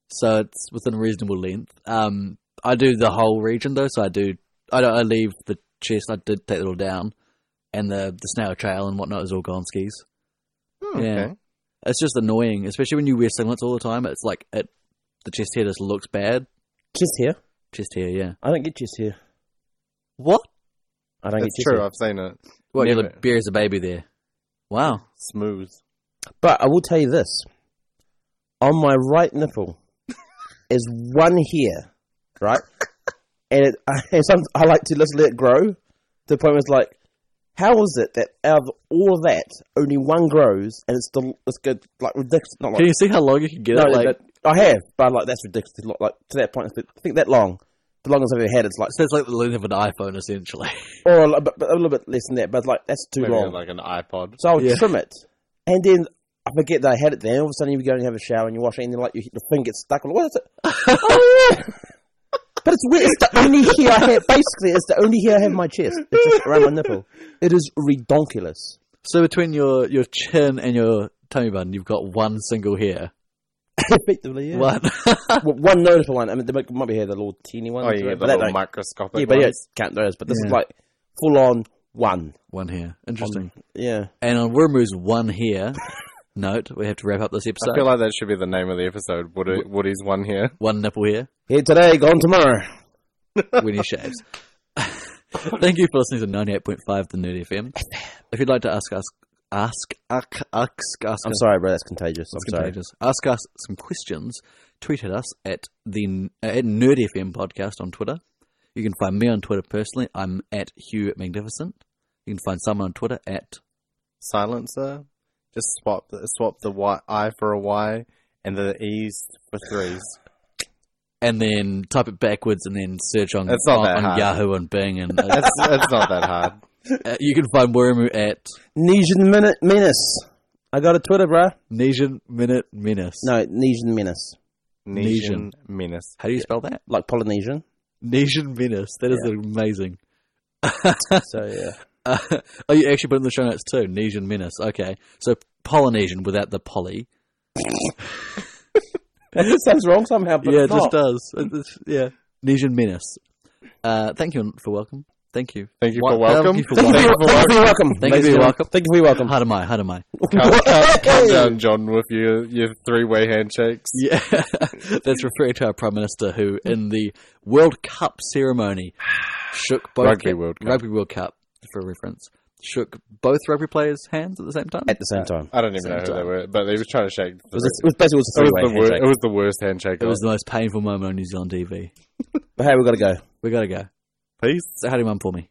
[SPEAKER 2] so it's within reasonable length. Um, I do the whole region though, so I do. I don't. I leave the chest. I did take it all down, and the the snail trail and whatnot is all gone skis.
[SPEAKER 4] Hmm, okay.
[SPEAKER 2] Yeah. It's just annoying, especially when you wear singlets all the time. It's like it, the chest hair just looks bad.
[SPEAKER 3] Just here.
[SPEAKER 2] Chest hair, yeah.
[SPEAKER 3] I don't get chest here.
[SPEAKER 2] What?
[SPEAKER 3] I don't
[SPEAKER 4] It's
[SPEAKER 3] get chest
[SPEAKER 4] true,
[SPEAKER 3] hair.
[SPEAKER 4] I've seen it.
[SPEAKER 2] What? You
[SPEAKER 4] Never.
[SPEAKER 2] look bare as a baby there. Wow.
[SPEAKER 4] Smooth.
[SPEAKER 3] But I will tell you this: on my right nipple is one hair, right? and it, I, and some, I like to just let it grow to the point where it's like, how is it that out of all of that, only one grows and it's still it's good like ridiculous? Not
[SPEAKER 2] Can
[SPEAKER 3] like,
[SPEAKER 2] you see how long you can get
[SPEAKER 3] no,
[SPEAKER 2] it? Like,
[SPEAKER 3] but I have, but like that's ridiculous. Like to that point, I think that long. The longest I've ever had, it's like,
[SPEAKER 2] so it's like the length of an iPhone, essentially.
[SPEAKER 3] or a, li- but- but a little bit less than that, but it's like that's too
[SPEAKER 4] Maybe
[SPEAKER 3] long.
[SPEAKER 4] like an iPod.
[SPEAKER 3] So I would
[SPEAKER 2] Yeah.
[SPEAKER 3] trim it, and then I forget that I had it there. And all of a sudden, you go and have a shower, and you wash it, and then like you, the thing gets stuck. I'm Like, what is it? oh, yeah. But it's weird. It's the only hair I have. Basically, it's the only hair I have in my chest. It's just around my nipple. It is redonkulous.
[SPEAKER 2] So between your your chin and your tummy button, you've got one single hair.
[SPEAKER 3] Effectively, yeah.
[SPEAKER 2] One.
[SPEAKER 3] Well, one notable one. I mean, there might, might be here the little teeny ones.
[SPEAKER 4] Oh,
[SPEAKER 3] right?
[SPEAKER 4] yeah,
[SPEAKER 3] but
[SPEAKER 4] the
[SPEAKER 3] that
[SPEAKER 4] little
[SPEAKER 3] don't-
[SPEAKER 4] microscopic.
[SPEAKER 3] yeah, but yeah,
[SPEAKER 4] ones.
[SPEAKER 3] it's count those. But this is
[SPEAKER 2] Yeah.
[SPEAKER 3] like full on one.
[SPEAKER 2] one hair. Interesting.
[SPEAKER 3] Yeah.
[SPEAKER 2] and on Wormu's one hair note, we have to wrap up this
[SPEAKER 4] I
[SPEAKER 2] episode.
[SPEAKER 4] feel like that should be the name of the episode. Woody, Woody's one here.
[SPEAKER 2] one nipple hair
[SPEAKER 3] Here today, gone tomorrow.
[SPEAKER 2] when he shaves. Thank you for listening to 98.5 The Nerd FM. If you'd like to ask us, ask, ask, ask, ask
[SPEAKER 3] I'm
[SPEAKER 2] us
[SPEAKER 3] sorry, bro. That's contagious. I'm
[SPEAKER 2] It's
[SPEAKER 3] sorry.
[SPEAKER 2] contagious. Ask us some questions. Tweet at us at the uh, at Nerd FM Podcast on Twitter. You can find me on Twitter personally. I'm at Hugh Magnificent. You can find someone on Twitter at
[SPEAKER 4] Silencer. Just swap the, swap the y, I for a Y and the E's for threes.
[SPEAKER 2] and then type it backwards and then search on,
[SPEAKER 4] It's not
[SPEAKER 2] on,
[SPEAKER 4] that
[SPEAKER 2] on
[SPEAKER 4] hard.
[SPEAKER 2] Yahoo and Bing and uh,
[SPEAKER 4] it's, it's not that hard.
[SPEAKER 2] uh, you can find Wormu at
[SPEAKER 3] Nesian Minute Menace. I got a Twitter, bruh.
[SPEAKER 2] Nesian Minute Menace.
[SPEAKER 3] No, Nesian Menace.
[SPEAKER 4] Nesian menace.
[SPEAKER 2] How do you spell that?
[SPEAKER 3] Like Polynesian.
[SPEAKER 2] Nesian Menace. That is amazing.
[SPEAKER 3] so, yeah.
[SPEAKER 2] Uh, oh, you actually put it in the show notes too. Nesian menace. Okay, so Polynesian without the poly.
[SPEAKER 3] That sounds wrong somehow, but
[SPEAKER 2] yeah, it
[SPEAKER 3] it's
[SPEAKER 2] just
[SPEAKER 3] not.
[SPEAKER 2] does. It- it's- yeah, Nesian menace. Uh, thank you for welcome. Thank you.
[SPEAKER 4] Thank you
[SPEAKER 2] Wa-
[SPEAKER 4] for welcome.
[SPEAKER 2] Thank you for
[SPEAKER 3] Thank you for- thank you for your welcome.
[SPEAKER 2] Thank
[SPEAKER 3] ladies
[SPEAKER 2] you for your
[SPEAKER 3] and
[SPEAKER 2] welcome.
[SPEAKER 3] gentlemen. Thank you for your welcome.
[SPEAKER 2] Hard am I? Hard am I?
[SPEAKER 4] Come, come, come
[SPEAKER 3] Hey!
[SPEAKER 4] down, John, with your, your three way handshakes.
[SPEAKER 2] Yeah, that's referring to our prime minister, who in the World Cup ceremony shook both
[SPEAKER 4] Rugby World Cup.
[SPEAKER 2] Rugby World Cup for reference shook both rugby players' hands at the same time.
[SPEAKER 3] At the same time.
[SPEAKER 4] I don't even
[SPEAKER 2] Same
[SPEAKER 4] know who they
[SPEAKER 2] time.
[SPEAKER 4] were, but they were trying to shake.
[SPEAKER 3] It was, it was basically it was a
[SPEAKER 4] it, was
[SPEAKER 3] three-way
[SPEAKER 4] the wor-
[SPEAKER 3] handshake.
[SPEAKER 4] it was the worst handshake.
[SPEAKER 2] It was the most painful moment on New Zealand TV.
[SPEAKER 3] But hey, we've got to go.
[SPEAKER 2] We gotta go.
[SPEAKER 4] peace.
[SPEAKER 2] So, how do you mum for me?